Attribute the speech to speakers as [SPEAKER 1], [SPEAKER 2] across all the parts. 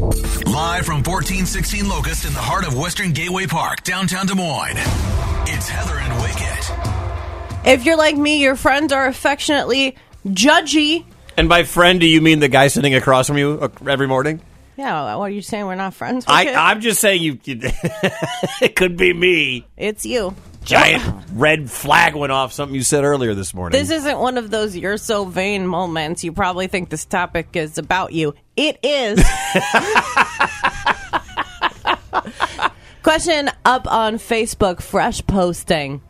[SPEAKER 1] Live from 1416 Locust in the heart of Western Gateway Park, downtown Des Moines. It's Heather and Wicket.
[SPEAKER 2] If you're like me, your friends are affectionately judgy.
[SPEAKER 3] And by friend, do you mean the guy sitting across from you uh, every morning?
[SPEAKER 2] Yeah, what are you saying? We're not friends.
[SPEAKER 3] I,
[SPEAKER 2] Okay.
[SPEAKER 3] I'm just saying you. you it could be me.
[SPEAKER 2] it's you.
[SPEAKER 3] Giant red flag went off. Something you said earlier this morning.
[SPEAKER 2] This isn't one of those you're so vain moments. You probably think this topic is about you. It is. Question up on Facebook, fresh posting.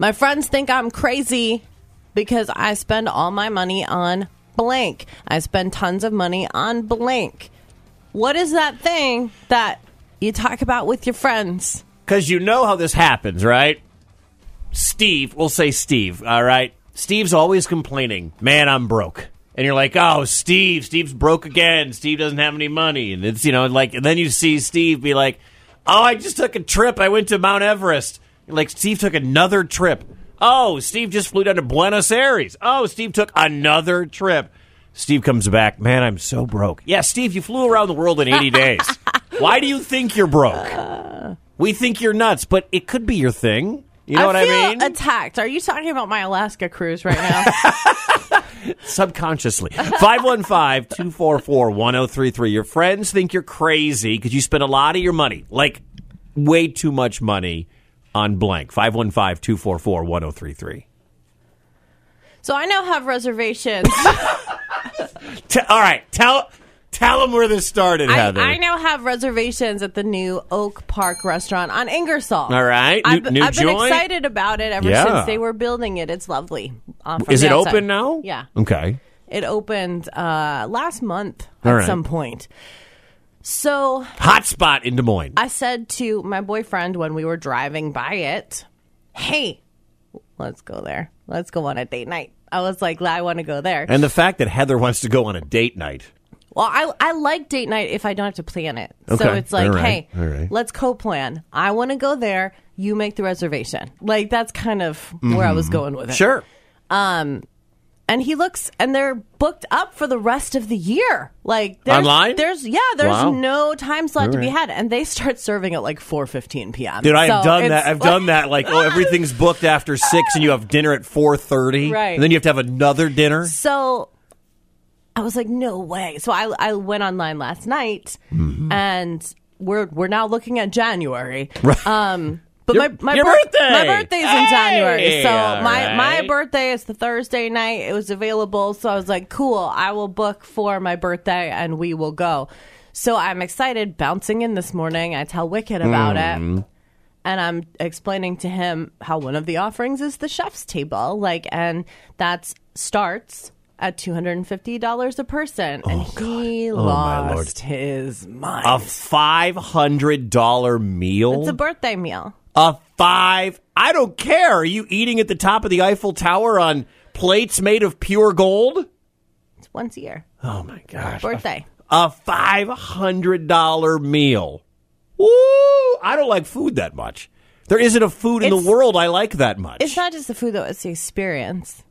[SPEAKER 2] My friends think I'm crazy because I spend all my money on blank. I spend tons of money on blank. What is that thing that you talk about with your friends?
[SPEAKER 3] Because you know how this happens, right? Steve, we'll say Steve, all right? Steve's always complaining, man, I'm broke. And you're like, oh, Steve, Steve's broke again. Steve doesn't have any money. And it's, you know, like, and then you see Steve be like, oh, I just took a trip. I went to Mount Everest. You're like, Steve took another trip. Oh, Steve just flew down to Buenos Aires. Oh, Steve took another trip. Steve comes back, man, I'm so broke. Yeah, Steve, you flew around the world in 80 days. Why do you think you're broke? We think you're nuts, but it could be your thing. You know what
[SPEAKER 2] feel
[SPEAKER 3] I mean?
[SPEAKER 2] Attacked. Are you talking about my Alaska cruise right now?
[SPEAKER 3] Subconsciously. 515 244 1033. Your friends think you're crazy because you spend a lot of your money, like way too much money on blank. 515 244 1033.
[SPEAKER 2] so I now have reservations.
[SPEAKER 3] All right. Tell tell them where this started,
[SPEAKER 2] I,
[SPEAKER 3] Heather.
[SPEAKER 2] I now have reservations at the new Oak Park restaurant on Ingersoll.
[SPEAKER 3] All right. New-
[SPEAKER 2] I've,
[SPEAKER 3] new
[SPEAKER 2] I've been
[SPEAKER 3] joint?
[SPEAKER 2] excited about it ever
[SPEAKER 3] Yeah.
[SPEAKER 2] since they were building it. It's lovely. uh, from
[SPEAKER 3] Is
[SPEAKER 2] the
[SPEAKER 3] it
[SPEAKER 2] outside.
[SPEAKER 3] open now?
[SPEAKER 2] Yeah.
[SPEAKER 3] Okay.
[SPEAKER 2] It opened uh, last month
[SPEAKER 3] All
[SPEAKER 2] at
[SPEAKER 3] right.
[SPEAKER 2] some point. So
[SPEAKER 3] Hot spot in Des Moines.
[SPEAKER 2] I said to my boyfriend when we were driving by it, hey, let's go there. Let's go on a date night. I was like, I want to go there.
[SPEAKER 3] and the fact that Heather wants to go on a date night.
[SPEAKER 2] Well, I I like date night if I don't have to plan it. So
[SPEAKER 3] Okay.
[SPEAKER 2] it's like,
[SPEAKER 3] All
[SPEAKER 2] hey,
[SPEAKER 3] right. All right.
[SPEAKER 2] let's co-plan. I want to go there. You make the reservation. Like that's kind of where I was going with it.
[SPEAKER 3] Mm-hmm. Sure.
[SPEAKER 2] And he looks, and they're booked up for the rest of the year. Like there's,
[SPEAKER 3] Online?
[SPEAKER 2] There's yeah. There's
[SPEAKER 3] Wow.
[SPEAKER 2] no time slot to be
[SPEAKER 3] right.
[SPEAKER 2] had, and they start serving at like four fifteen p.m.
[SPEAKER 3] Dude, I have
[SPEAKER 2] So
[SPEAKER 3] done
[SPEAKER 2] it's
[SPEAKER 3] that. I've done that. Like, oh, everything's booked after six, and you have dinner at four thirty,
[SPEAKER 2] Right.
[SPEAKER 3] And then you have to have another dinner.
[SPEAKER 2] So I was like, no way. So I I went online last night,
[SPEAKER 3] Mm-hmm.
[SPEAKER 2] and we're we're now looking at January. Um, but
[SPEAKER 3] Your-
[SPEAKER 2] my my
[SPEAKER 3] your birthday!
[SPEAKER 2] my birthday's in
[SPEAKER 3] Hey,
[SPEAKER 2] January. So my
[SPEAKER 3] all
[SPEAKER 2] my
[SPEAKER 3] right.
[SPEAKER 2] birthday is the Thursday night. It was available, so I was like, cool. I will book for my birthday, and we will go. So I'm excited. Bouncing in this morning, I tell Wicked about
[SPEAKER 3] Hmm.
[SPEAKER 2] it and I'm explaining to him how one of the offerings is the chef's table, like, and that starts at two hundred and fifty dollars a person, and he
[SPEAKER 3] Oh, my Lord.
[SPEAKER 2] lost his mind.
[SPEAKER 3] A five hundred dollar meal.
[SPEAKER 2] it's a birthday meal.
[SPEAKER 3] a five. I don't care. Are you eating at the top of the Eiffel Tower on plates made of pure gold?
[SPEAKER 2] It's once a year
[SPEAKER 3] Oh my gosh!
[SPEAKER 2] birthday.
[SPEAKER 3] A five hundred dollar meal. Woo! I don't like food that much. There isn't a food in
[SPEAKER 2] It's-
[SPEAKER 3] the world I like that much.
[SPEAKER 2] It's not just the food though; it's the experience.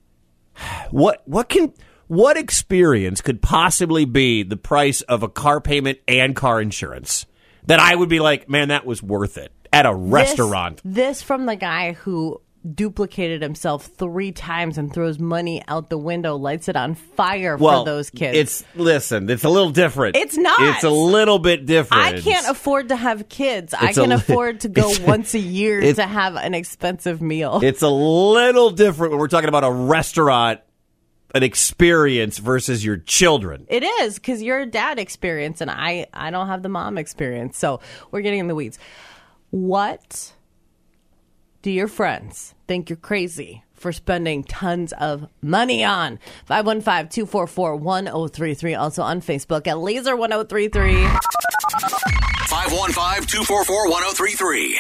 [SPEAKER 3] What what can what experience could possibly be the price of a car payment and car insurance that I would be like, man, that was worth it at a
[SPEAKER 2] This-
[SPEAKER 3] restaurant?
[SPEAKER 2] This, from the guy who duplicated himself three times and throws money out the window, lights it on fire for those kids.
[SPEAKER 3] It's listen, it's a little different.
[SPEAKER 2] It's not.
[SPEAKER 3] It's a little bit different.
[SPEAKER 2] I can't afford to have kids. I
[SPEAKER 3] It's a
[SPEAKER 2] can
[SPEAKER 3] li-
[SPEAKER 2] afford to go
[SPEAKER 3] it's-
[SPEAKER 2] once a year
[SPEAKER 3] it's-
[SPEAKER 2] to have an expensive meal.
[SPEAKER 3] It's a little different when we're talking about a restaurant, an experience versus your children.
[SPEAKER 2] It is because you're a dad experience, and I I don't have the mom experience. So we're getting in the weeds. What do your friends think you're crazy for spending tons of money on? 515-244-1033. Also on Facebook at Laser 1033.
[SPEAKER 1] 515-244-1033.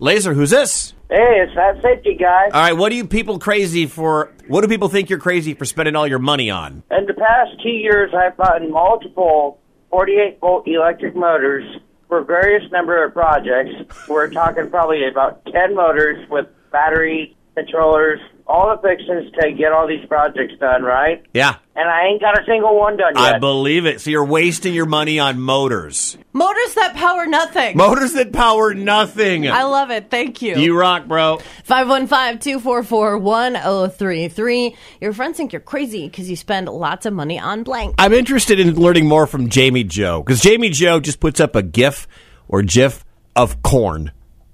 [SPEAKER 3] Laser, who's this?
[SPEAKER 4] Hey, it's that safety guy.
[SPEAKER 3] All right, what do you people crazy for? What do people think you're crazy for spending all your money on?
[SPEAKER 4] In the past two years, I've bought multiple 48 volt electric motors for various number of projects. We're talking probably about 10 motors with battery controllers, all the fixings to get all these projects done, right?
[SPEAKER 3] Yeah.
[SPEAKER 4] And I ain't got a single one done yet.
[SPEAKER 3] I believe it. So you're wasting your money on motors.
[SPEAKER 2] Motors that power nothing.
[SPEAKER 3] Motors that power nothing.
[SPEAKER 2] I love it. Thank you.
[SPEAKER 3] you rock, bro.
[SPEAKER 2] 515-244-1033. Your friends think you're crazy because you spend lots of money on blank.
[SPEAKER 3] I'm interested in learning more from Jamie Joe because Jamie Joe just puts up a GIF or GIF of corn,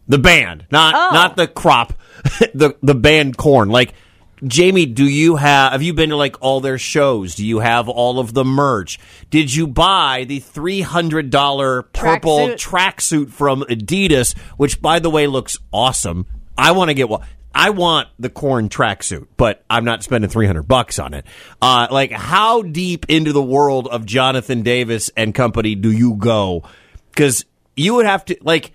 [SPEAKER 3] the band, not
[SPEAKER 2] Oh.
[SPEAKER 3] not the crop, the the band corn. Like Jamie, do you have? Have you been to like all their shows? Do you have all of the merch? Did you buy the three hundred dollar purple
[SPEAKER 2] Tracksuit.
[SPEAKER 3] tracksuit from Adidas, which by the way looks awesome? I want to get one. I want the corn tracksuit, but I'm not spending 300 bucks on it. Uh, like, how deep into the world of Jonathan Davis and company do you go? Because you would have to, like,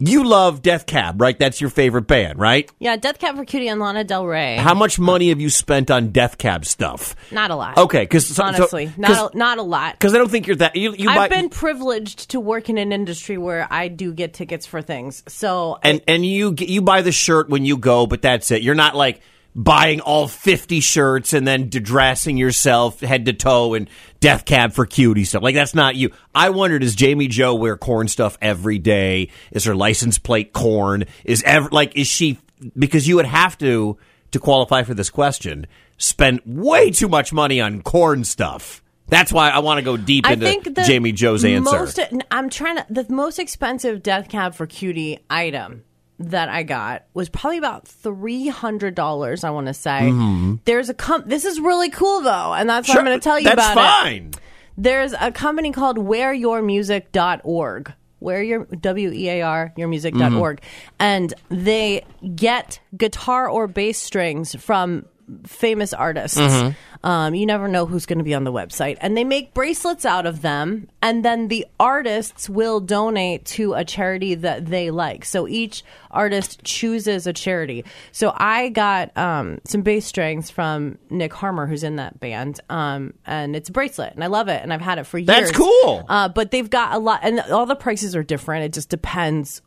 [SPEAKER 3] you love Death Cab, right? That's your favorite band, right?
[SPEAKER 2] Yeah, Death Cab for Cutie and Lana Del Rey.
[SPEAKER 3] How much money have you spent on Death Cab stuff?
[SPEAKER 2] Not a lot.
[SPEAKER 3] Okay, because
[SPEAKER 2] Honestly, not, a, not a lot.
[SPEAKER 3] because I don't think you're that. You, you
[SPEAKER 2] I've
[SPEAKER 3] might-
[SPEAKER 2] been privileged to work in an industry where I do get tickets for things. So
[SPEAKER 3] and and you get- you buy the shirt when you go, but that's it. You're not like buying all 50 shirts and then d- dressing yourself head to toe in death cab for cutie stuff. Like that's not you. I wonder does Jamie Joe wear corn stuff every day? Is her license plate corn? Is ever like is she because you would have to to qualify for this question spend way too much money on corn stuff. That's why I want to go deep
[SPEAKER 2] I
[SPEAKER 3] into
[SPEAKER 2] think the
[SPEAKER 3] Jamie Joe's answer.
[SPEAKER 2] Most, I'm trying to. The most expensive Death Cab for Cutie item that I got was probably about three hundred dollars. I want to say
[SPEAKER 3] Mm-hmm.
[SPEAKER 2] there's a com- This is really cool though, and that's what I'm going to tell you
[SPEAKER 3] that's
[SPEAKER 2] about it.
[SPEAKER 3] fine.
[SPEAKER 2] There's a company called WhereYourMusic.org. Where your W E A R your music.org org,
[SPEAKER 3] Mm-hmm.
[SPEAKER 2] and they get guitar or bass strings from famous artists.
[SPEAKER 3] Mm-hmm.
[SPEAKER 2] Um, you never know who's going to be on the website, and they make bracelets out of them, and then the artists will donate to a charity that they like. So each artist chooses a charity. So I got um, some bass strings from Nick Harmer, who's in that band, um, and it's a bracelet, and I love it, and I've had it for years.
[SPEAKER 3] That's cool.
[SPEAKER 2] Uh, but they've got a lot, and all the prices are different. It just depends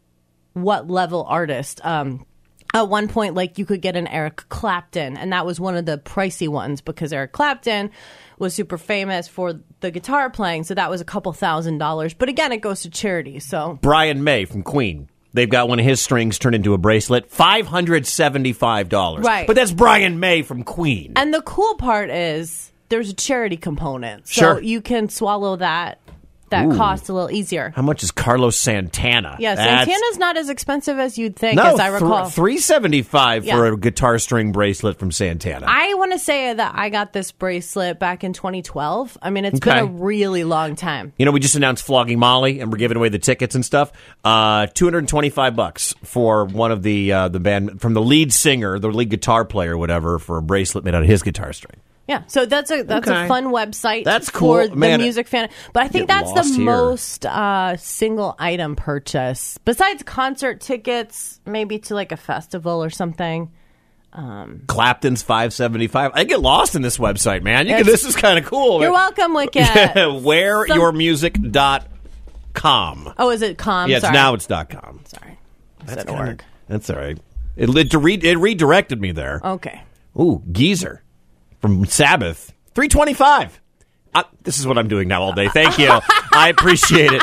[SPEAKER 2] what level artist. Um, at one point, like you could get an Eric Clapton, and that was one of the pricey ones because Eric Clapton was super famous for the guitar playing. So that was a couple thousand dollars. But again, it goes to charity. So
[SPEAKER 3] Brian May from Queen. They've got one of his strings turned into a bracelet, five hundred seventy-five dollars.
[SPEAKER 2] Right.
[SPEAKER 3] but that's Brian May from Queen.
[SPEAKER 2] And the cool part is there's a charity component. So
[SPEAKER 3] Sure.
[SPEAKER 2] you can swallow that that cost a little easier.
[SPEAKER 3] How much is Carlos Santana?
[SPEAKER 2] Yeah,
[SPEAKER 3] That's-
[SPEAKER 2] Santana's not as expensive as you'd think,
[SPEAKER 3] no,
[SPEAKER 2] as I recall.
[SPEAKER 3] three seventy-five for
[SPEAKER 2] Yeah.
[SPEAKER 3] a guitar string bracelet from Santana.
[SPEAKER 2] I want to say that I got this bracelet back in 2012. I mean, it's
[SPEAKER 3] Okay.
[SPEAKER 2] been a really long time.
[SPEAKER 3] you know, we just announced Flogging Molly, and we're giving away the tickets and stuff. Uh, two hundred twenty-five bucks for one of the uh, the band from the lead singer, the lead guitar player, whatever, for a bracelet made out of his guitar string.
[SPEAKER 2] Yeah, so that's a that's
[SPEAKER 3] Okay.
[SPEAKER 2] a fun website.
[SPEAKER 3] That's
[SPEAKER 2] for
[SPEAKER 3] cool.
[SPEAKER 2] the
[SPEAKER 3] Man,
[SPEAKER 2] music fan. But I think
[SPEAKER 3] get
[SPEAKER 2] that's the
[SPEAKER 3] lost here.
[SPEAKER 2] most uh, single item purchase besides concert tickets, maybe to like a festival or something.
[SPEAKER 3] Clapton's five seventy-five. I get lost in this website, man. You can,
[SPEAKER 2] That's-
[SPEAKER 3] this is kind of cool.
[SPEAKER 2] You're
[SPEAKER 3] man.
[SPEAKER 2] welcome, Wicket.
[SPEAKER 3] whereyourmusic.com.
[SPEAKER 2] Oh, is it com?
[SPEAKER 3] Yeah, it's,
[SPEAKER 2] Sorry.
[SPEAKER 3] now it's dot .com.
[SPEAKER 2] Sorry.
[SPEAKER 3] That's
[SPEAKER 2] Said
[SPEAKER 3] kinda-
[SPEAKER 2] org.
[SPEAKER 3] That's all right. It, lit to re- it redirected me there.
[SPEAKER 2] Okay.
[SPEAKER 3] Ooh, Geezer from Sabbath. 325. I, this is what I'm doing now all day. Thank you. I appreciate it.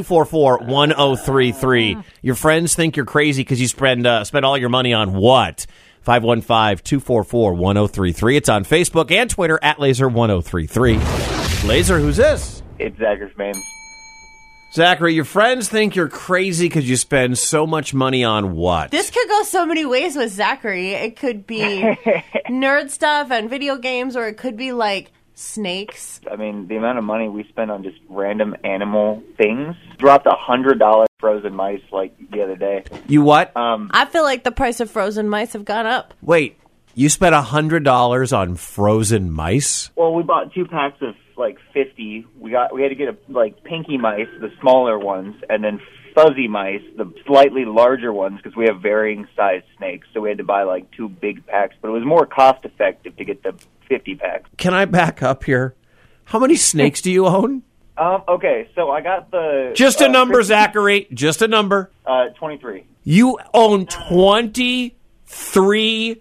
[SPEAKER 3] 515-244-1033. Your friends think you're crazy because you spend, uh, spend all your money on what? 515-244-1033. It's on Facebook and Twitter at Laser1033. Laser, who's this?
[SPEAKER 5] It's Zachary Mames.
[SPEAKER 3] Zachary, your friends think you're crazy because you spend so much money on what?
[SPEAKER 2] This could go so many ways with Zachary. It could be nerd stuff and video games, or it could be like snakes.
[SPEAKER 5] I mean, the amount of money we spend on just random animal things. Dropped a hundred dollar frozen mice like the other day.
[SPEAKER 3] you
[SPEAKER 5] Uh,
[SPEAKER 3] what?
[SPEAKER 2] I feel like the price of frozen mice have gone up.
[SPEAKER 3] Wait, you spent hundred dollars on frozen mice?
[SPEAKER 5] Well, we bought two packs of like fifty. We got we had to get a like pinky mice, the smaller ones, and then fuzzy mice, the slightly larger ones, because we have varying size snakes. So we had to buy like two big packs, but it was more cost effective to get the fifty packs.
[SPEAKER 3] Can I back up here? How many snakes do you own?
[SPEAKER 5] Um, okay, so I got the
[SPEAKER 3] Just a
[SPEAKER 5] uh,
[SPEAKER 3] number, Zachary. Just a number.
[SPEAKER 5] Uh, Twenty three.
[SPEAKER 3] You own twenty three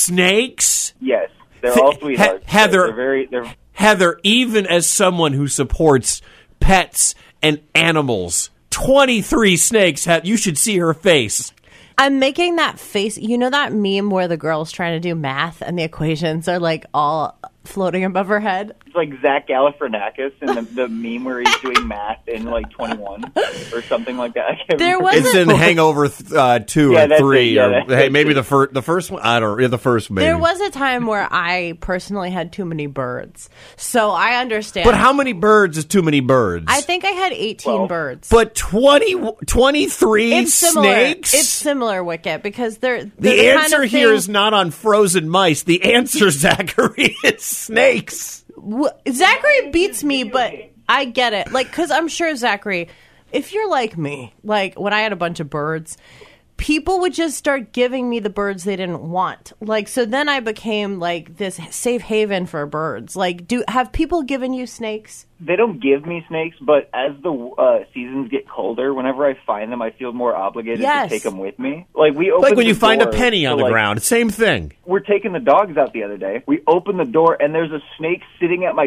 [SPEAKER 3] snakes?
[SPEAKER 5] Yes, they're
[SPEAKER 3] He-
[SPEAKER 5] all
[SPEAKER 3] He-
[SPEAKER 5] sweethearts. They're-
[SPEAKER 3] Heather-
[SPEAKER 5] they're very they're
[SPEAKER 3] Heather, even as someone who supports pets and animals, 23 snakes have you should see her face.
[SPEAKER 2] I'm making that face. You know that meme where the girl's trying to do math and the equations are like all floating above her head?
[SPEAKER 5] it's like Zach Galifianakis and the, the meme where he's doing math in like 21 or something like that. I can't
[SPEAKER 2] There
[SPEAKER 5] remember.
[SPEAKER 2] was
[SPEAKER 6] It's
[SPEAKER 2] a,
[SPEAKER 6] in Hangover th- uh, two
[SPEAKER 5] Yeah,
[SPEAKER 6] or
[SPEAKER 5] that's
[SPEAKER 6] three,
[SPEAKER 5] it, yeah,
[SPEAKER 6] or
[SPEAKER 5] that's
[SPEAKER 6] hey,
[SPEAKER 5] it.
[SPEAKER 6] maybe the first, the first one. I don't. Yeah, the first maybe.
[SPEAKER 2] there was a time where I personally had too many birds. So I understand.
[SPEAKER 6] But how many birds is too many birds?
[SPEAKER 2] I think I had 18
[SPEAKER 5] Well,
[SPEAKER 2] birds.
[SPEAKER 6] But 20, 23
[SPEAKER 2] it's similar.
[SPEAKER 6] snakes.
[SPEAKER 2] It's similar, Wicket, because they're,
[SPEAKER 6] the
[SPEAKER 2] they're the kind
[SPEAKER 6] answer
[SPEAKER 2] of
[SPEAKER 6] here
[SPEAKER 2] thing-
[SPEAKER 6] is not on frozen mice. The answer, Zachary, is snakes.
[SPEAKER 2] W- Zachary beats me, but I get it. Like, because I'm sure Zachary, if you're like me, like when I had a bunch of birds, people would just start giving me the birds they didn't want. Like, so then I became like this safe haven for birds. Like, do have people given you snakes?
[SPEAKER 5] they don't give me snakes, but as the uh, seasons get colder, whenever I find them, I feel more obligated
[SPEAKER 2] Yes.
[SPEAKER 5] to take them with me. Like we open
[SPEAKER 6] Like when
[SPEAKER 5] the
[SPEAKER 6] you find a
[SPEAKER 5] door
[SPEAKER 6] penny on
[SPEAKER 5] to,
[SPEAKER 6] the
[SPEAKER 5] like,
[SPEAKER 6] ground. Same thing.
[SPEAKER 5] We're taking the dogs out the other day. We open the door and there's a snake sitting at my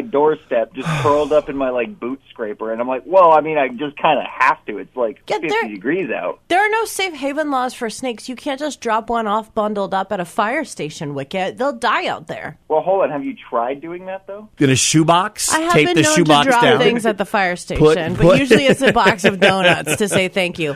[SPEAKER 5] doorstep, just curled up in my like boot scraper, and I'm like, well, I mean, I just kind of have to. It's like
[SPEAKER 2] Yeah,
[SPEAKER 5] 50
[SPEAKER 2] they're-
[SPEAKER 5] degrees out.
[SPEAKER 2] There are no safe haven laws for snakes. You can't just drop one off bundled up at a fire station, Wicket. They'll die out there.
[SPEAKER 5] Well, hold on. Have you tried doing that though?
[SPEAKER 6] In a shoebox.
[SPEAKER 2] I have
[SPEAKER 6] tape
[SPEAKER 2] been
[SPEAKER 6] the
[SPEAKER 2] known
[SPEAKER 6] shoebox
[SPEAKER 2] to drop
[SPEAKER 6] down.
[SPEAKER 2] things at the fire station, but
[SPEAKER 6] put-
[SPEAKER 2] usually it's a box of donuts to say thank you.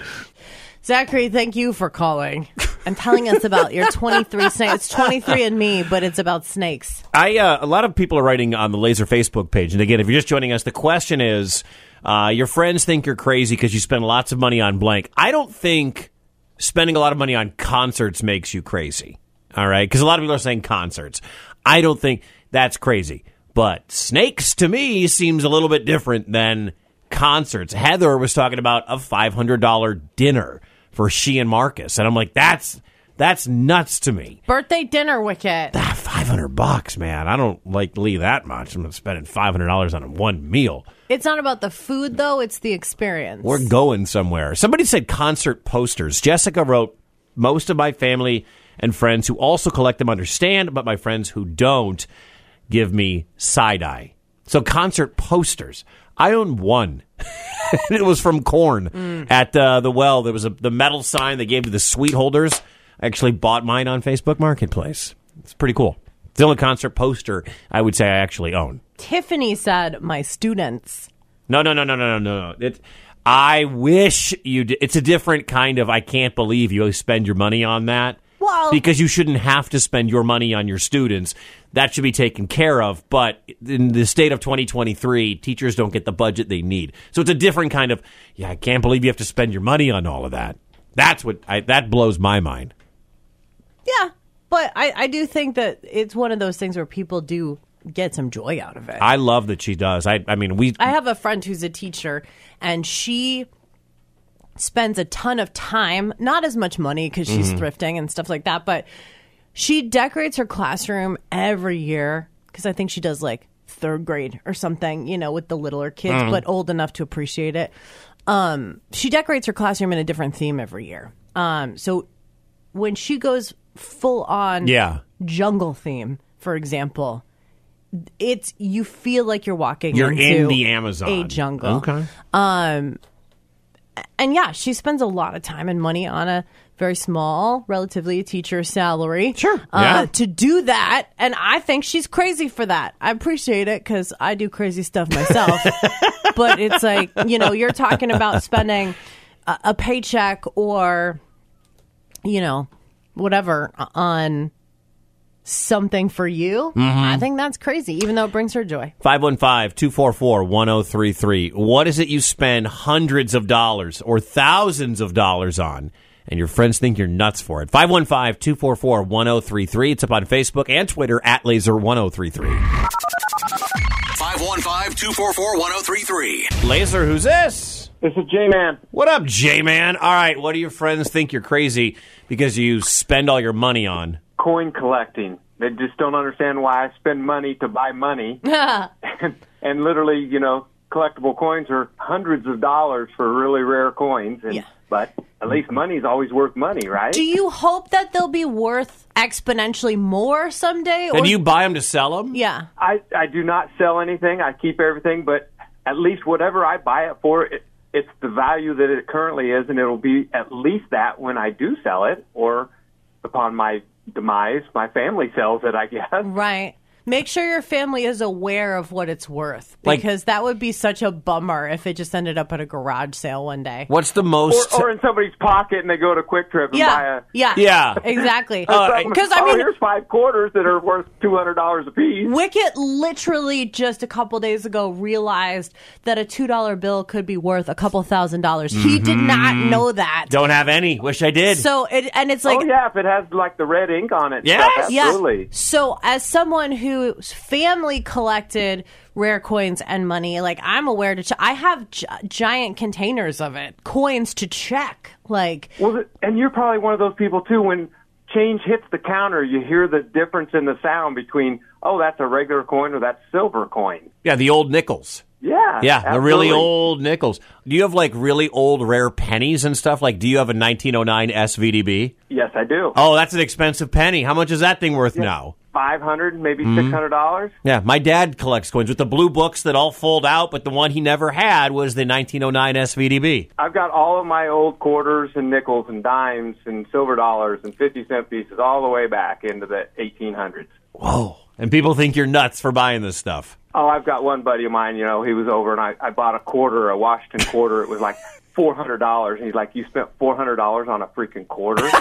[SPEAKER 2] Zachary, thank you for calling and telling us about your 23 snakes. It's 23 and me, but it's about snakes.
[SPEAKER 3] I uh, a lot of people are writing on the Laser Facebook page, and again, if you're just joining us, the question is: uh, your friends think you're crazy because you spend lots of money on blank. I don't think spending a lot of money on concerts makes you crazy. All right, because a lot of people are saying concerts. I don't think that's crazy, but snakes to me seems a little bit different than concerts. Heather was talking about a five hundred dollar dinner for she and Marcus, and I'm like, that's that's nuts to me
[SPEAKER 2] Birthday dinner wicket.
[SPEAKER 3] five hundred bucks, man. I don't like Lee that much. I'm not spending five hundred dollars on one meal.
[SPEAKER 2] It's not about the food though, it's the experience.
[SPEAKER 3] We're going somewhere. Somebody said concert posters. Jessica wrote, "Most of my family and friends who also collect them understand, but my friends who don't give me side eye." So concert posters. I own one. it was from Corn at uh, the well. There was a the metal sign they gave to the sweet holders. I actually bought mine on Facebook Marketplace. It's pretty cool. It's the only concert poster I would say I actually own.
[SPEAKER 2] Tiffany said, My students.
[SPEAKER 3] No, no, no, no, no, no, no. no. It, I wish you. Did, it's a different kind of. I can't believe you spend your money on that.
[SPEAKER 2] Well-
[SPEAKER 3] because you shouldn't have to spend your money on your students. That should be taken care of. But in the state of 2023, teachers don't get the budget they need. So it's a different kind of. Yeah, I can't believe you have to spend your money on all of that. That's what I, that blows my mind.
[SPEAKER 2] Yeah. But I, I do think that it's one of those things where people do get some joy out of it.
[SPEAKER 3] I love that she does. I, I mean, we
[SPEAKER 2] I have a friend who's a teacher, and she spends a ton of time, not as much money because she's thrifting and stuff like that, but she decorates her classroom every year because I think she does like third grade or something, you know, with the littler kids, but old enough to appreciate it. Um, she decorates her classroom in a different theme every year. Um, so when she goes full on
[SPEAKER 3] yeah.
[SPEAKER 2] jungle theme, for example, it's you feel like you're walking.
[SPEAKER 3] You're in
[SPEAKER 2] into
[SPEAKER 3] the Amazon.
[SPEAKER 2] a jungle.
[SPEAKER 3] Okay.
[SPEAKER 2] Um, and yeah, she spends a lot of time and money on a very small, relatively teacher salary.
[SPEAKER 3] Sure.
[SPEAKER 2] uh,
[SPEAKER 3] Yeah.
[SPEAKER 2] To do that, and I think she's crazy for that. I appreciate it because I do crazy stuff myself. but it's like you know, you're talking about spending a, a paycheck or you know whatever on something for you. I think that's crazy, even though it brings her joy.
[SPEAKER 3] 515-244-1033. What is it you spend hundreds of dollars or thousands of dollars on and your friends think you're nuts for it? 515-244-1033. It's up on Facebook and Twitter at laser1033.
[SPEAKER 1] 515-244-1033.
[SPEAKER 3] Laser, who's this?
[SPEAKER 7] This is J Man.
[SPEAKER 3] What up, J-Man? All right, what do your friends think you're crazy because you spend all your money on?
[SPEAKER 7] Coin collecting. They just don't understand why I spend money to buy money. and literally, you know, collectible coins are hundreds of dollars for really rare coins. And,
[SPEAKER 2] Yeah.
[SPEAKER 7] But At least money's always worth money, right?
[SPEAKER 2] Do you hope that they'll be worth exponentially more someday?
[SPEAKER 3] And you buy them to sell them?
[SPEAKER 2] yeah.
[SPEAKER 7] I, I do not sell anything. I keep everything, but at least whatever I buy it for, it, it's the value that it currently is, and it'll be at least that when I do sell it, or upon my demise, my family sells it, I guess.
[SPEAKER 2] Right. Make sure your family is aware of what it's worth
[SPEAKER 3] Like-
[SPEAKER 2] because that would be such a bummer if it just ended up at a garage sale one day.
[SPEAKER 3] What's the most?
[SPEAKER 7] Or, or in somebody's pocket, and they go to Quick Trip and
[SPEAKER 2] Yeah.
[SPEAKER 7] buy a.
[SPEAKER 2] Yeah.
[SPEAKER 3] Yeah.
[SPEAKER 2] Exactly.
[SPEAKER 3] Uh,
[SPEAKER 2] Because, I
[SPEAKER 7] oh,
[SPEAKER 2] mean,
[SPEAKER 7] here's five quarters that are worth two hundred dollars a piece.
[SPEAKER 2] Wicket literally just a couple days ago realized that a $2 bill could be worth a couple thousand dollars. He did not
[SPEAKER 3] Mm-hmm.
[SPEAKER 2] know that.
[SPEAKER 3] don't have any. Wish I did.
[SPEAKER 2] So it and it's like
[SPEAKER 7] oh yeah, if it has like the red ink on it. and
[SPEAKER 3] Yes.
[SPEAKER 7] stuff,
[SPEAKER 2] Yeah.
[SPEAKER 7] absolutely.
[SPEAKER 2] So, as someone whose family collected rare coins and money, like I'm aware to, ch- I have gi- giant containers of it, coins to check. Like,
[SPEAKER 7] Well, th- and you're probably one of those people too. When change hits the counter, you hear the difference in the sound between oh, that's a regular coin or that's silver coin.
[SPEAKER 3] yeah, the old nickels.
[SPEAKER 7] Yeah,
[SPEAKER 3] Yeah, the really
[SPEAKER 7] absolutely.
[SPEAKER 3] old nickels. Do you have like really old rare pennies and stuff? Like, do you have a 1909 SVDB?
[SPEAKER 7] Yes, I do.
[SPEAKER 3] Oh, that's an expensive penny. How much is that thing worth now?
[SPEAKER 7] Five hundred, maybe
[SPEAKER 3] Mm-hmm.
[SPEAKER 7] six hundred dollars.
[SPEAKER 3] Yeah, my dad collects coins with the blue books that all fold out, but the one he never had was the 1909 SVDB.
[SPEAKER 7] I've got all of my old quarters and nickels and dimes and silver dollars and fifty cent pieces all the way back into the eighteen hundreds.
[SPEAKER 3] Whoa. And people think you're nuts for buying this stuff.
[SPEAKER 7] Oh, I've got one buddy of mine. You know, he was over and I, I bought a quarter, a Washington quarter. It was like four hundred dollars, and he's like, "You spent four hundred dollars on a freaking quarter."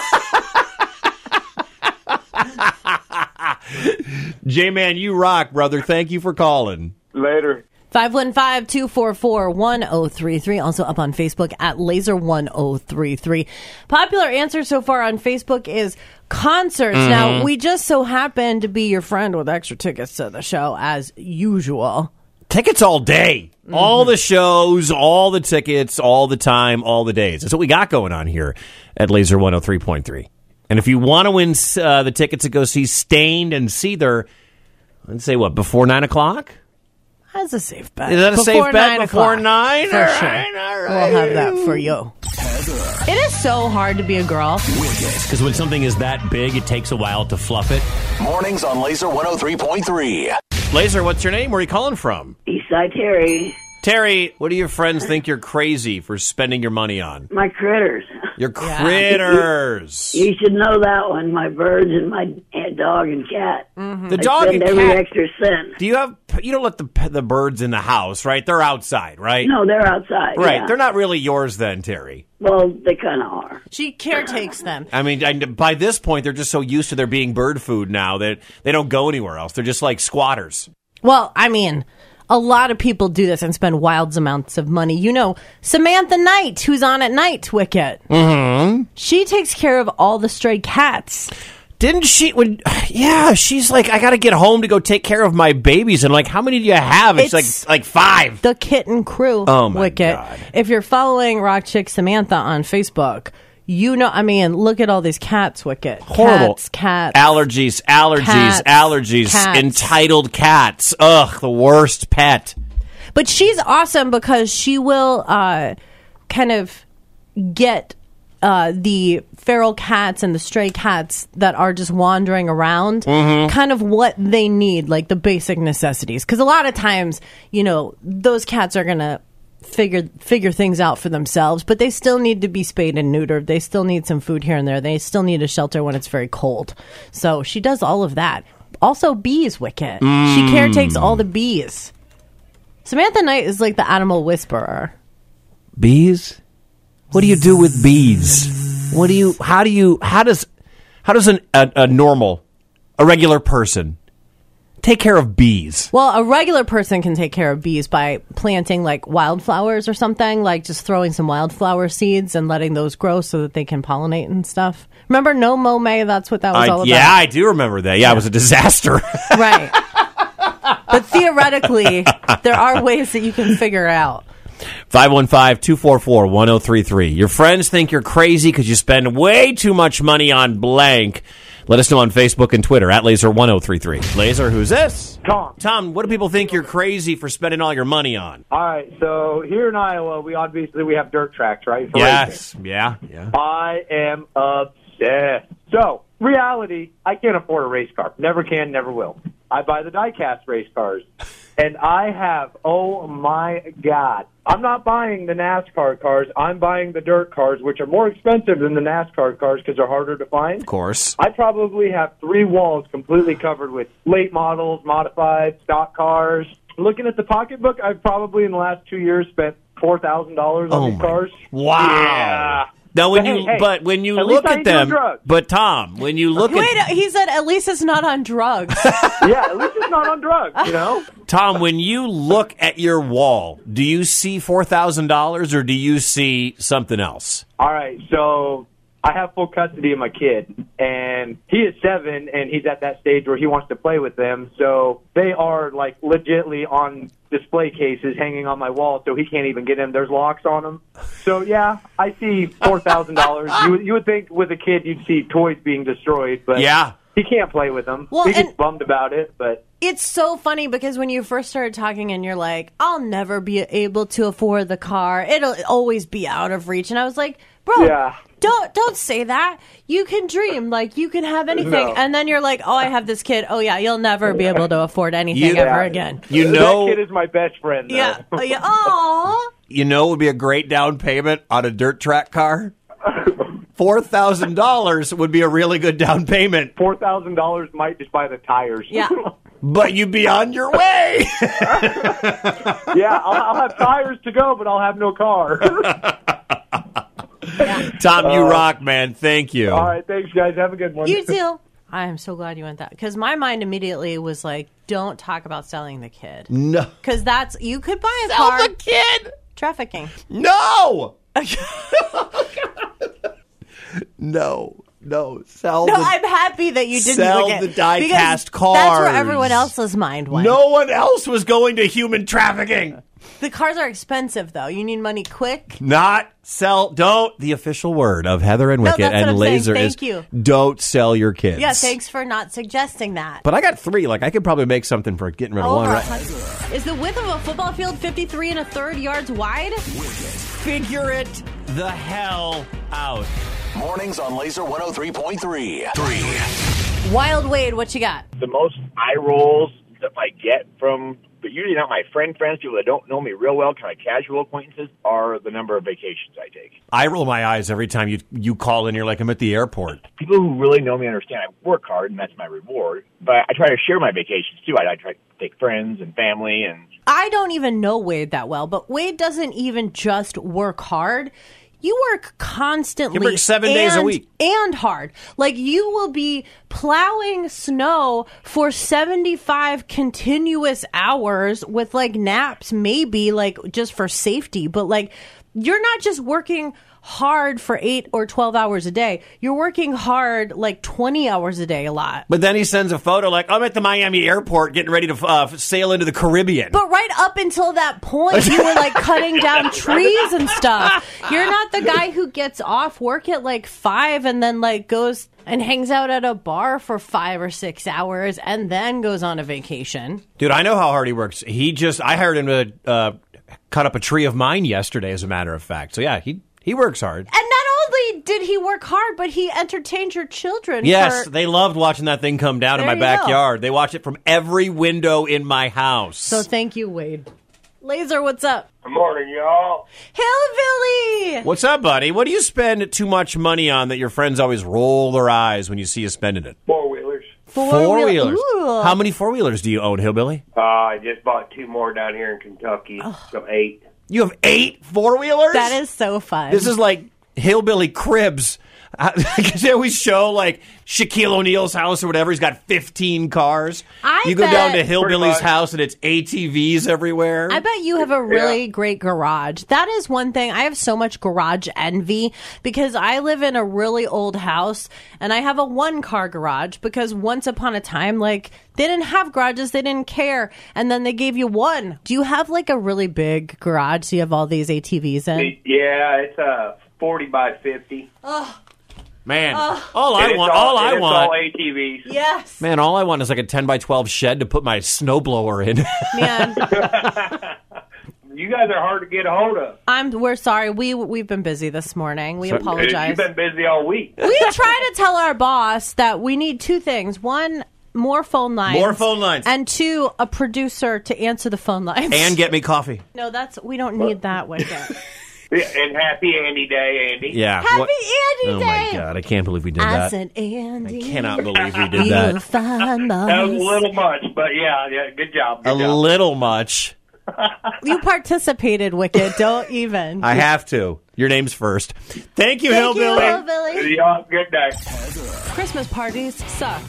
[SPEAKER 3] J Man, you rock, brother. Thank you for calling.
[SPEAKER 7] Later.
[SPEAKER 2] 515 244 1033. Also up on Facebook at laser1033. Popular answer so far on Facebook is concerts.
[SPEAKER 3] Mm-hmm.
[SPEAKER 2] Now, we just so happen to be your friend with extra tickets to the show as usual.
[SPEAKER 3] Tickets all day. All the shows, all the tickets, all the time, all the days. That's what we got going on here at Laser 103.3. And if you want to win uh, the tickets to go see Stained and Seether, let's say what, before 9 o'clock?
[SPEAKER 2] That's a safe bet.
[SPEAKER 3] Is that a
[SPEAKER 2] Before
[SPEAKER 3] safe bet?
[SPEAKER 2] nine
[SPEAKER 3] Before
[SPEAKER 2] o'clock.
[SPEAKER 3] 9?
[SPEAKER 2] For sure. We'll have that for you. It is so hard to be a girl.
[SPEAKER 3] Because when something is that big, it takes a while to fluff it.
[SPEAKER 1] Mornings on Laser 103.3.
[SPEAKER 3] Laser, what's your name? Where are you calling from?
[SPEAKER 8] Eastside Terry,
[SPEAKER 3] Terry, what do your friends think you're crazy for spending your money on?
[SPEAKER 8] my critters.
[SPEAKER 3] You're critters.
[SPEAKER 8] You should know that one. My birds and my and dog and cat.
[SPEAKER 3] The dog
[SPEAKER 8] Spend
[SPEAKER 3] and
[SPEAKER 8] every
[SPEAKER 3] cat.
[SPEAKER 8] extra cent.
[SPEAKER 3] Do you have? You don't let the p- the birds in the house, right? They're outside, right?
[SPEAKER 8] No, they're outside.
[SPEAKER 3] right.
[SPEAKER 8] yeah.
[SPEAKER 3] They're not really yours then, Terry.
[SPEAKER 8] Well, they kind of are.
[SPEAKER 2] She caretakes them.
[SPEAKER 3] I mean, I, by this point, they're just so used to there being bird food now that they don't go anywhere else. They're just like squatters.
[SPEAKER 2] Well, I mean, a lot of people do this and spend wild amounts of money. You know, Samantha Knight, who's on at night, Wicket. Mm-hmm. She takes care of all the stray cats.
[SPEAKER 3] Didn't she? When yeah, she's like, I got to get home to go take care. of my babies, and like, how many do you have? It's,
[SPEAKER 2] It's-
[SPEAKER 3] like like five.
[SPEAKER 2] The kitten crew.
[SPEAKER 3] Oh, my
[SPEAKER 2] Wicket.
[SPEAKER 3] God.
[SPEAKER 2] If you're following Rock Chick Samantha on Facebook, you know, I mean, look at all these cats, Wicket.
[SPEAKER 3] Horrible.
[SPEAKER 2] Cats, cats.
[SPEAKER 3] Allergies, allergies,
[SPEAKER 2] Cats.
[SPEAKER 3] allergies.
[SPEAKER 2] Cats.
[SPEAKER 3] Entitled cats. Ugh, the worst pet.
[SPEAKER 2] But she's awesome because she will uh, kind of get uh, the feral cats and the stray cats that are just wandering around, kind of what they need, like the basic necessities. Because a lot of times, you know, those cats are gonna figure figure things out for themselves, but they still need to be spayed and neutered. They still need some food here and there. They still need a shelter when it's very cold. So she does all of that. Also, bees, Wicket. She caretakes all the bees. Samantha Knight is like the animal whisperer.
[SPEAKER 3] Bees? What do you do with bees? What do you? How do you? How does? How does an, a, a normal, a regular person, take care of bees?
[SPEAKER 2] Well, a regular person can take care of bees by planting like wildflowers or something, like just throwing some wildflower seeds and letting those grow so that they can pollinate and stuff. Remember No Mo May? That's what that was all about.
[SPEAKER 3] I, Uh, yeah, I do remember that. Yeah, it was a disaster.
[SPEAKER 2] Right. but theoretically, there are ways that you can figure out.
[SPEAKER 3] 515-244-1033. Your friends think you're crazy because you spend way too much money on blank. Let us know on Facebook and Twitter at Laser1033. Laser, who's this?
[SPEAKER 2] Oh,
[SPEAKER 7] Tom.
[SPEAKER 3] Tom, what do people think you're crazy for spending all your money on?
[SPEAKER 7] All right, so here in Iowa, we obviously we have dirt tracks, right? for racing.
[SPEAKER 3] Yes. Yeah. Yeah.
[SPEAKER 7] I am obsessed. So reality, I can't afford a race car. Never can, never will. I buy the diecast race cars, and I have. Oh my god! I'm not buying the NASCAR cars. I'm buying the dirt cars, which are more expensive than the NASCAR cars because they're harder to find.
[SPEAKER 3] Of course.
[SPEAKER 7] I probably have three walls completely covered with late models, modified, stock cars. Looking at the pocketbook, I've probably in the last two years spent four thousand dollars on
[SPEAKER 3] Oh
[SPEAKER 7] these
[SPEAKER 3] my-
[SPEAKER 7] cars.
[SPEAKER 3] Wow.
[SPEAKER 7] Yeah.
[SPEAKER 3] Now when
[SPEAKER 7] But hey,
[SPEAKER 3] you
[SPEAKER 7] hey,
[SPEAKER 3] but when you
[SPEAKER 7] at least
[SPEAKER 3] look
[SPEAKER 7] I
[SPEAKER 3] at
[SPEAKER 7] ain't doing
[SPEAKER 3] them,
[SPEAKER 7] drugs.
[SPEAKER 3] but Tom, when you look
[SPEAKER 2] Wait,
[SPEAKER 3] at
[SPEAKER 2] he said at least it's not on drugs.
[SPEAKER 7] yeah, at least it's not on drugs, you know?
[SPEAKER 3] Tom, when you look at your wall, do you see four thousand dollars or do you see something else?
[SPEAKER 7] All right, so I have full custody of my kid, and he is seven, and he's at that stage where he wants to play with them. So they are like legitly on display cases hanging on my wall, so he can't even get in. There's locks on them. So yeah, I see four thousand dollars. You would- you would think with a kid you'd see toys being destroyed, but
[SPEAKER 3] Yeah.
[SPEAKER 7] he can't play with them.
[SPEAKER 2] Well,
[SPEAKER 7] He's
[SPEAKER 2] and-
[SPEAKER 7] just bummed about it, but
[SPEAKER 2] It's so funny because when you first started talking and you're like, I'll never be able to afford the car. It'll always be out of reach. And I was like, bro,
[SPEAKER 7] Yeah.
[SPEAKER 2] don't don't say that. You can dream. Like you can have anything.
[SPEAKER 7] No.
[SPEAKER 2] And then you're like, oh, I have this kid. Oh yeah, you'll never be able to afford anything
[SPEAKER 3] You-
[SPEAKER 2] ever
[SPEAKER 7] Yeah.
[SPEAKER 2] again.
[SPEAKER 3] You know
[SPEAKER 7] that kid is my best friend. Though.
[SPEAKER 2] Yeah. Oh, yeah. Aw.
[SPEAKER 3] you know would be a great down payment on a dirt track car? Four thousand dollars would be a really good down payment,
[SPEAKER 7] Four thousand dollars might just buy the tires.
[SPEAKER 2] Yeah.
[SPEAKER 3] but you'd be on your way.
[SPEAKER 7] yeah, I'll, I'll have tires to go, but I'll have no car.
[SPEAKER 3] Tom, you rock, man. Thank you.
[SPEAKER 7] Uh, All right, thanks, guys. Have a good one.
[SPEAKER 2] You too. I am so glad you went that because my mind immediately was like, don't talk about selling the kid.
[SPEAKER 3] No,
[SPEAKER 2] Because that's, you could buy a car.
[SPEAKER 3] the kid.
[SPEAKER 2] Trafficking.
[SPEAKER 3] No. no. No. Sell
[SPEAKER 2] No,
[SPEAKER 3] the-
[SPEAKER 2] I'm happy that you didn't
[SPEAKER 3] Sell
[SPEAKER 2] look at
[SPEAKER 3] the die
[SPEAKER 2] because
[SPEAKER 3] cast
[SPEAKER 2] That's where
[SPEAKER 3] cars.
[SPEAKER 2] everyone else's mind went.
[SPEAKER 3] No one else was going to human trafficking.
[SPEAKER 2] the cars are expensive though. You need money quick.
[SPEAKER 3] Not sell. Don't. The official word of Heather and
[SPEAKER 2] No,
[SPEAKER 3] Wicket
[SPEAKER 2] that's what
[SPEAKER 3] and
[SPEAKER 2] I'm saying.
[SPEAKER 3] Laser
[SPEAKER 2] Thank
[SPEAKER 3] is
[SPEAKER 2] you.
[SPEAKER 3] don't sell your kids.
[SPEAKER 2] Yeah, thanks for not suggesting that.
[SPEAKER 3] But I got three. Like I could probably make something for getting rid of one.
[SPEAKER 2] Over a
[SPEAKER 3] Right?
[SPEAKER 2] hundred. Is the width of a football field 53 and a third yards wide?
[SPEAKER 3] Figure it the hell out.
[SPEAKER 1] Mornings on Laser 103.3. Three.
[SPEAKER 2] Wild Wade, what you got?
[SPEAKER 9] the most eye rolls that I get from, but usually not my friend friends, people that don't know me real well, kind of casual acquaintances, are the number of vacations I take.
[SPEAKER 3] I roll my eyes every time you you call and you're like I'm at the airport.
[SPEAKER 9] People who really know me understand I work hard and that's my reward, but I try to share my vacations too. I, I try to take friends and family and
[SPEAKER 2] I don't even know Wade that well, but Wade doesn't even just work hard. You work constantly.
[SPEAKER 3] He works seven days a
[SPEAKER 2] and-
[SPEAKER 3] week.
[SPEAKER 2] And hard. Like you will be plowing snow for 75 continuous hours with like naps, maybe like just for safety. But like you're not just working hard for eight or 12 hours a day. You're working hard like 20 hours a day a lot.
[SPEAKER 3] But then he sends a photo like I'm at the Miami airport getting ready to uh, sail into the Caribbean.
[SPEAKER 2] But right up until that point, you were like cutting down trees and stuff. You're not the guy who gets off work at like five and then like goes and hangs out at a bar for five or six hours and then goes on a vacation.
[SPEAKER 3] Dude, I know how hard he works. He just I hired him to uh, cut up a tree of mine yesterday, as a matter of fact. So yeah, he he works hard.
[SPEAKER 2] And not only did he work hard, but he entertained your children.
[SPEAKER 3] Yes,
[SPEAKER 2] for-
[SPEAKER 3] they loved watching that thing come down in my
[SPEAKER 2] There you go.
[SPEAKER 3] backyard. They watch it from every window in my house.
[SPEAKER 2] so thank you, Wade. Laser, what's up?
[SPEAKER 10] Good morning, y'all.
[SPEAKER 2] Hillbilly!
[SPEAKER 3] What's up, buddy? What do you spend too much money on that your friends always roll their eyes when you see you spending it?
[SPEAKER 10] Four wheelers.
[SPEAKER 3] Four
[SPEAKER 2] Four-wheel-
[SPEAKER 3] wheelers.
[SPEAKER 2] Ooh.
[SPEAKER 3] How many four wheelers do you own, Hillbilly?
[SPEAKER 10] Uh, I just bought two more down here in Kentucky,
[SPEAKER 2] Oh.
[SPEAKER 10] so eight.
[SPEAKER 3] You have eight four wheelers?
[SPEAKER 2] That is so fun.
[SPEAKER 3] This is like hillbilly cribs. Because they always show like Shaquille O'Neal's house or whatever. He's got 15 cars.
[SPEAKER 2] I
[SPEAKER 3] you go down to
[SPEAKER 2] bet-
[SPEAKER 3] hillbilly's
[SPEAKER 10] much.
[SPEAKER 3] house and it's ATVs everywhere.
[SPEAKER 2] I bet you have a really great garage. That is one thing. I have so much garage envy because I live in a really old house and I have a one car garage because once upon a time, like, they didn't have garages, they didn't care, and then they gave you one. Do you have like a really big garage? So you have all these ATVs in?
[SPEAKER 10] Yeah, it's uh, 40 by 50.
[SPEAKER 3] Man,
[SPEAKER 2] Ugh.
[SPEAKER 3] all I
[SPEAKER 5] And it's
[SPEAKER 3] want, all
[SPEAKER 5] all- and
[SPEAKER 3] I
[SPEAKER 5] it's
[SPEAKER 3] want,
[SPEAKER 5] all ATVs.
[SPEAKER 2] Yes.
[SPEAKER 3] man, all I want is like a ten by twelve shed to put my snowblower in.
[SPEAKER 2] Man,
[SPEAKER 9] You guys are hard to get a hold of.
[SPEAKER 2] I'm. We're sorry. We we've been busy this morning. We
[SPEAKER 3] Sorry.
[SPEAKER 2] apologize.
[SPEAKER 9] You've been busy all week.
[SPEAKER 2] we try to tell our boss that we need two things: one, more phone lines,
[SPEAKER 3] More phone lines.
[SPEAKER 2] and two, a producer to answer the phone lines.
[SPEAKER 3] and get me coffee.
[SPEAKER 2] no, that's we don't need that one.
[SPEAKER 9] Yeah, And happy Andy Day, Andy.
[SPEAKER 3] Yeah.
[SPEAKER 2] Happy
[SPEAKER 3] what-
[SPEAKER 2] Andy
[SPEAKER 3] Oh
[SPEAKER 2] Day.
[SPEAKER 3] my god, I can't believe we did
[SPEAKER 2] I
[SPEAKER 3] that.
[SPEAKER 2] said Andy.
[SPEAKER 3] Cannot believe we did
[SPEAKER 2] You'll
[SPEAKER 3] that.
[SPEAKER 2] find
[SPEAKER 9] That was a
[SPEAKER 2] us.
[SPEAKER 9] little much, but yeah, yeah. Good job. Good
[SPEAKER 3] A
[SPEAKER 9] job.
[SPEAKER 3] little much.
[SPEAKER 2] You participated, Wicked. Don't even.
[SPEAKER 3] I have to. Your name's first. Thank you,
[SPEAKER 2] Thank you,
[SPEAKER 3] Hillbilly.
[SPEAKER 2] Hillbilly.
[SPEAKER 9] Yeah, good day.
[SPEAKER 2] Christmas parties suck.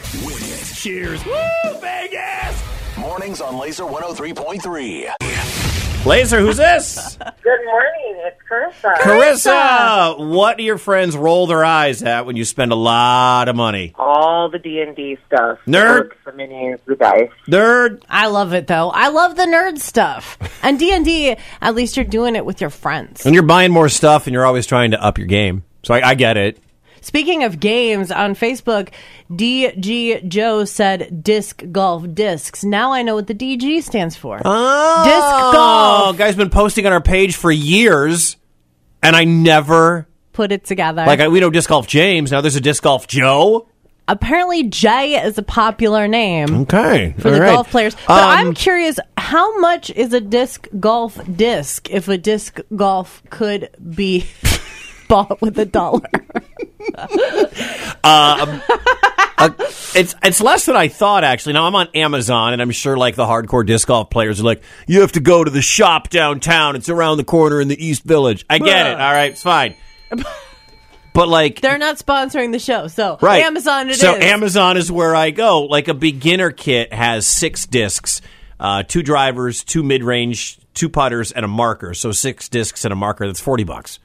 [SPEAKER 3] Cheers. Woo, Vegas.
[SPEAKER 1] Mornings on Laser 103.3.
[SPEAKER 3] Laser, who's this?
[SPEAKER 11] Good morning. It's Carissa.
[SPEAKER 3] Carissa. What do your friends roll their eyes at when you spend a lot of money?
[SPEAKER 11] All the D and D stuff.
[SPEAKER 3] Nerd.
[SPEAKER 11] The minis, the dice.
[SPEAKER 3] Nerd.
[SPEAKER 2] I love it though. I love the nerd stuff. And D and D, at least you're doing it with your friends.
[SPEAKER 3] And you're buying more stuff, and you're always trying to up your game. So I, I get it.
[SPEAKER 2] Speaking of games on Facebook, DG Joe said disc golf discs. Now I know what the DG stands for.
[SPEAKER 3] Oh,
[SPEAKER 2] Disc golf.
[SPEAKER 3] Guy's been posting on our page for years, and I never
[SPEAKER 2] Put it together.
[SPEAKER 3] like I, we know disc golf James. Now there's a disc golf Joe.
[SPEAKER 2] Apparently, Jay is a popular name
[SPEAKER 3] Okay, Um,
[SPEAKER 2] for the golf players. But I'm curious, how much is a disc golf disc if a disc golf could be bought with a dollar?
[SPEAKER 3] It's it's less than I thought actually. Now I'm on Amazon and I'm sure like the hardcore disc golf players are like, you have to go to the shop downtown. It's around the corner in the East Village. I get it. All right, it's fine. But like
[SPEAKER 2] They're not sponsoring the show, so
[SPEAKER 3] right.
[SPEAKER 2] Amazon it is.
[SPEAKER 3] so Amazon is where I go. Like a beginner kit has six discs, uh, two drivers, two mid range, two putters, and a marker. So six discs and a marker. That's forty bucks.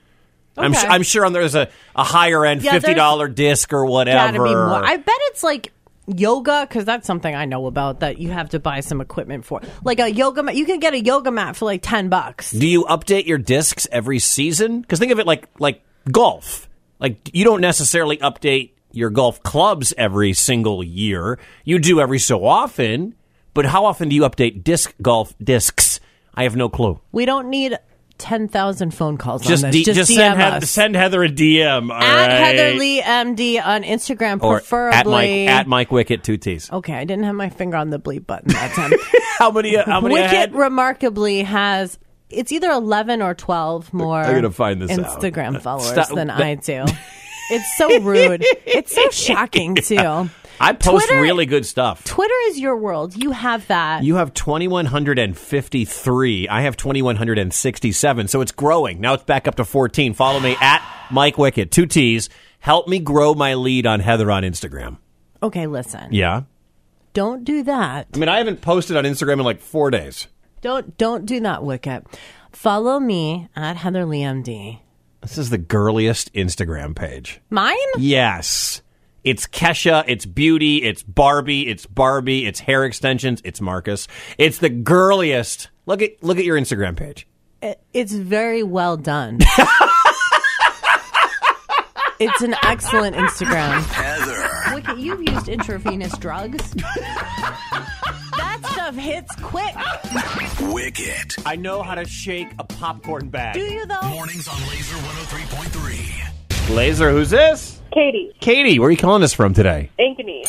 [SPEAKER 3] I'm
[SPEAKER 2] Okay.
[SPEAKER 3] su- I'm sure on there's a, a higher end
[SPEAKER 2] Yeah, there's
[SPEAKER 3] fifty dollar disc or whatever.
[SPEAKER 2] gotta be more. I bet it's like yoga because that's something I know about that you have to buy some equipment for, like a yoga mat. You can get a yoga mat for like ten bucks.
[SPEAKER 3] Do you update your discs every season? Because think of it like like golf. Like you don't necessarily update your golf clubs every single year. You do every so often, but how often do you update disc golf discs? I have no clue.
[SPEAKER 2] We don't need ten thousand phone calls
[SPEAKER 3] Just
[SPEAKER 2] on
[SPEAKER 3] D-
[SPEAKER 2] this. just, DM
[SPEAKER 3] send, Heather,
[SPEAKER 2] us.
[SPEAKER 3] send Heather a DM. all
[SPEAKER 2] at
[SPEAKER 3] right?
[SPEAKER 2] Heather Lee MD on Instagram,
[SPEAKER 3] or at Mike
[SPEAKER 2] preferably. Oh.
[SPEAKER 3] at Mike Wicket two T's.
[SPEAKER 2] okay, I didn't have my finger on the bleep button that time.
[SPEAKER 3] How many? uh, How many? I
[SPEAKER 2] Wicket
[SPEAKER 3] had?
[SPEAKER 2] remarkably has. It's either 11 or 12 more
[SPEAKER 3] I gotta find this out.
[SPEAKER 2] Instagram followers
[SPEAKER 3] Stop-
[SPEAKER 2] than
[SPEAKER 3] that-
[SPEAKER 2] I do. It's so rude. It's so shocking, too.
[SPEAKER 3] I post
[SPEAKER 2] Twitter-
[SPEAKER 3] really good stuff.
[SPEAKER 2] Twitter is your world. You have that.
[SPEAKER 3] You have 2,153. I have 2,167. So it's growing. Now it's back up to 14. Follow me at Mike Wicket. Two T's. Help me grow my lead on Heather on Instagram.
[SPEAKER 2] okay, listen.
[SPEAKER 3] Yeah.
[SPEAKER 2] Don't do that.
[SPEAKER 3] I mean, I haven't posted on Instagram in like four days.
[SPEAKER 2] Don't don't do that, Wicket. Follow me at Heather Lee MD.
[SPEAKER 3] This is the girliest Instagram page.
[SPEAKER 2] Mine?
[SPEAKER 3] Yes. It's Kesha, it's Beauty, it's Barbie, it's Barbie, it's hair extensions, it's Marcus. It's the girliest. Look at look at your Instagram page.
[SPEAKER 2] It- it's very well done. it's an excellent Instagram.
[SPEAKER 1] Heather.
[SPEAKER 2] Wicket, you've used intravenous drugs. that stuff hits quick.
[SPEAKER 1] Wicket.
[SPEAKER 3] I know how to shake a popcorn bag.
[SPEAKER 2] Do you though?
[SPEAKER 1] Mornings on Laser 103.3.
[SPEAKER 3] Laser, who's this?
[SPEAKER 11] Katie,
[SPEAKER 3] Katie, where are you calling us from today?
[SPEAKER 11] Ankeny.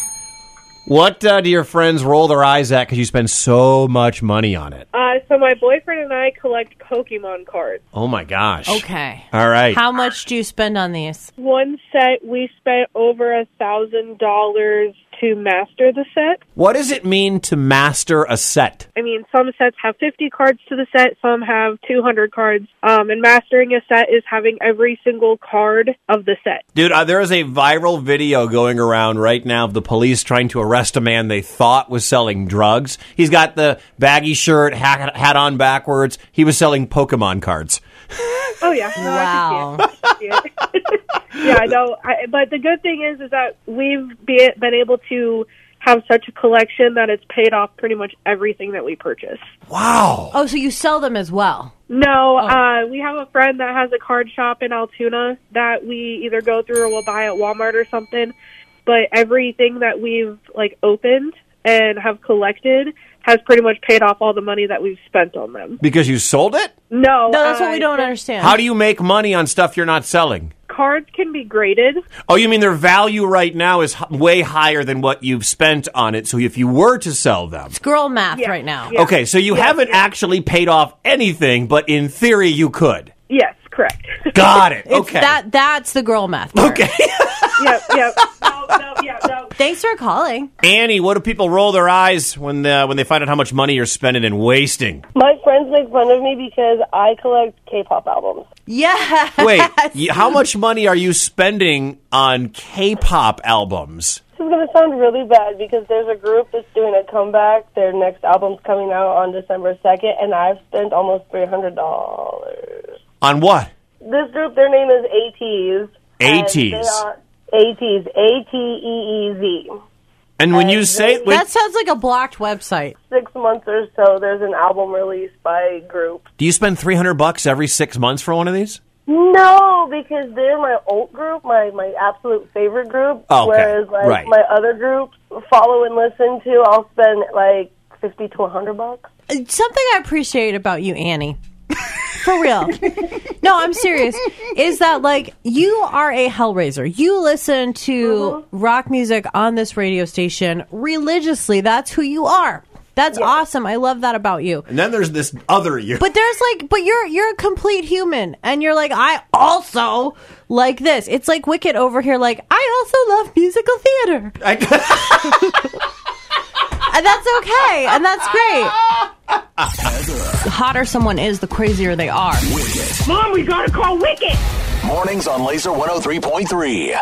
[SPEAKER 3] What uh, do your friends roll their eyes at because you spend so much money on it?
[SPEAKER 11] Uh, so my boyfriend and I collect Pokemon cards.
[SPEAKER 3] Oh my gosh.
[SPEAKER 2] Okay.
[SPEAKER 3] All right.
[SPEAKER 2] How much do you spend on these?
[SPEAKER 11] One set we spent over a thousand dollars to master the set.
[SPEAKER 3] what does it mean to master a set?
[SPEAKER 11] I mean, some sets have 50 cards to the set, some have 200 cards. Um, and mastering a set is having every single card of the set.
[SPEAKER 3] Dude, uh, there is a viral video going around right now of the police trying to arrest a man they thought was selling drugs. He's got the baggy shirt, hat, hat on backwards. He was selling Pokemon cards.
[SPEAKER 11] Oh yeah. No,
[SPEAKER 2] Wow.
[SPEAKER 11] I can see it. I can see it. yeah, no. I, but the good thing is, is that we've be, been able to have such a collection that it's paid off pretty much everything that we purchase.
[SPEAKER 3] Wow.
[SPEAKER 2] Oh, so you sell them as well?
[SPEAKER 11] No,
[SPEAKER 2] Oh.
[SPEAKER 11] uh, we have a friend that has a card shop in Altoona that we either go through or we'll buy at Walmart or something. But everything that we've like opened and have collected has pretty much paid off all the money that we've spent on them.
[SPEAKER 3] Because you sold it?
[SPEAKER 11] No,
[SPEAKER 2] No, that's what
[SPEAKER 11] uh,
[SPEAKER 2] we don't understand.
[SPEAKER 3] How do you make money on stuff you're not selling?
[SPEAKER 11] Cards can be graded.
[SPEAKER 3] Oh, you mean their value right now is h- way higher than what you've spent on it. So if you were to sell them.
[SPEAKER 2] Girl math right now.
[SPEAKER 3] Okay, so you haven't actually paid off anything, but in theory you could.
[SPEAKER 11] Yes, correct.
[SPEAKER 3] Got it.
[SPEAKER 2] It's
[SPEAKER 3] Oh, okay.
[SPEAKER 2] That that's the girl math. Okay.
[SPEAKER 11] yep, yep.
[SPEAKER 2] Thanks for calling.
[SPEAKER 3] Annie, what do people roll their eyes when uh, when they find out how much money you're spending and wasting?
[SPEAKER 12] My friends make fun of me because I collect K-pop albums.
[SPEAKER 2] Yeah.
[SPEAKER 3] Wait, y- how much money are you spending on K-pop albums?
[SPEAKER 12] This is going to sound really bad because there's a group that's doing a comeback. Their next album's coming out on December 2nd, and I've spent almost $300.
[SPEAKER 3] On what?
[SPEAKER 12] This group, their name is ATs. and they
[SPEAKER 3] ATs.
[SPEAKER 12] are- ATs. E A-T-E-E-Z.
[SPEAKER 3] And when you say when,
[SPEAKER 2] that sounds like a blocked website.
[SPEAKER 12] Six months or so, there's an album released by group.
[SPEAKER 3] do you spend 300 bucks every 6 months for one of these?
[SPEAKER 12] No, because they're my old group, my my absolute favorite group.
[SPEAKER 3] Oh, Okay,
[SPEAKER 12] Whereas like
[SPEAKER 3] right.
[SPEAKER 12] my other groups, follow and listen to, I'll spend like fifty to a hundred bucks.
[SPEAKER 2] Something I appreciate about you, Annie. For real. no, I'm serious. Is that like you are a hellraiser. You listen to rock music on this radio station religiously. That's who you are. That's awesome. I love that about you.
[SPEAKER 3] And then there's this other you.
[SPEAKER 2] But there's like, but you're you're a complete human, and you're like, I also like this. It's like Wicked over here, like I also love musical theater. and that's okay, and that's great. The hotter someone is, the crazier they are.
[SPEAKER 1] oh Mom, we gotta call Wicket. Mornings on Laser 103.3.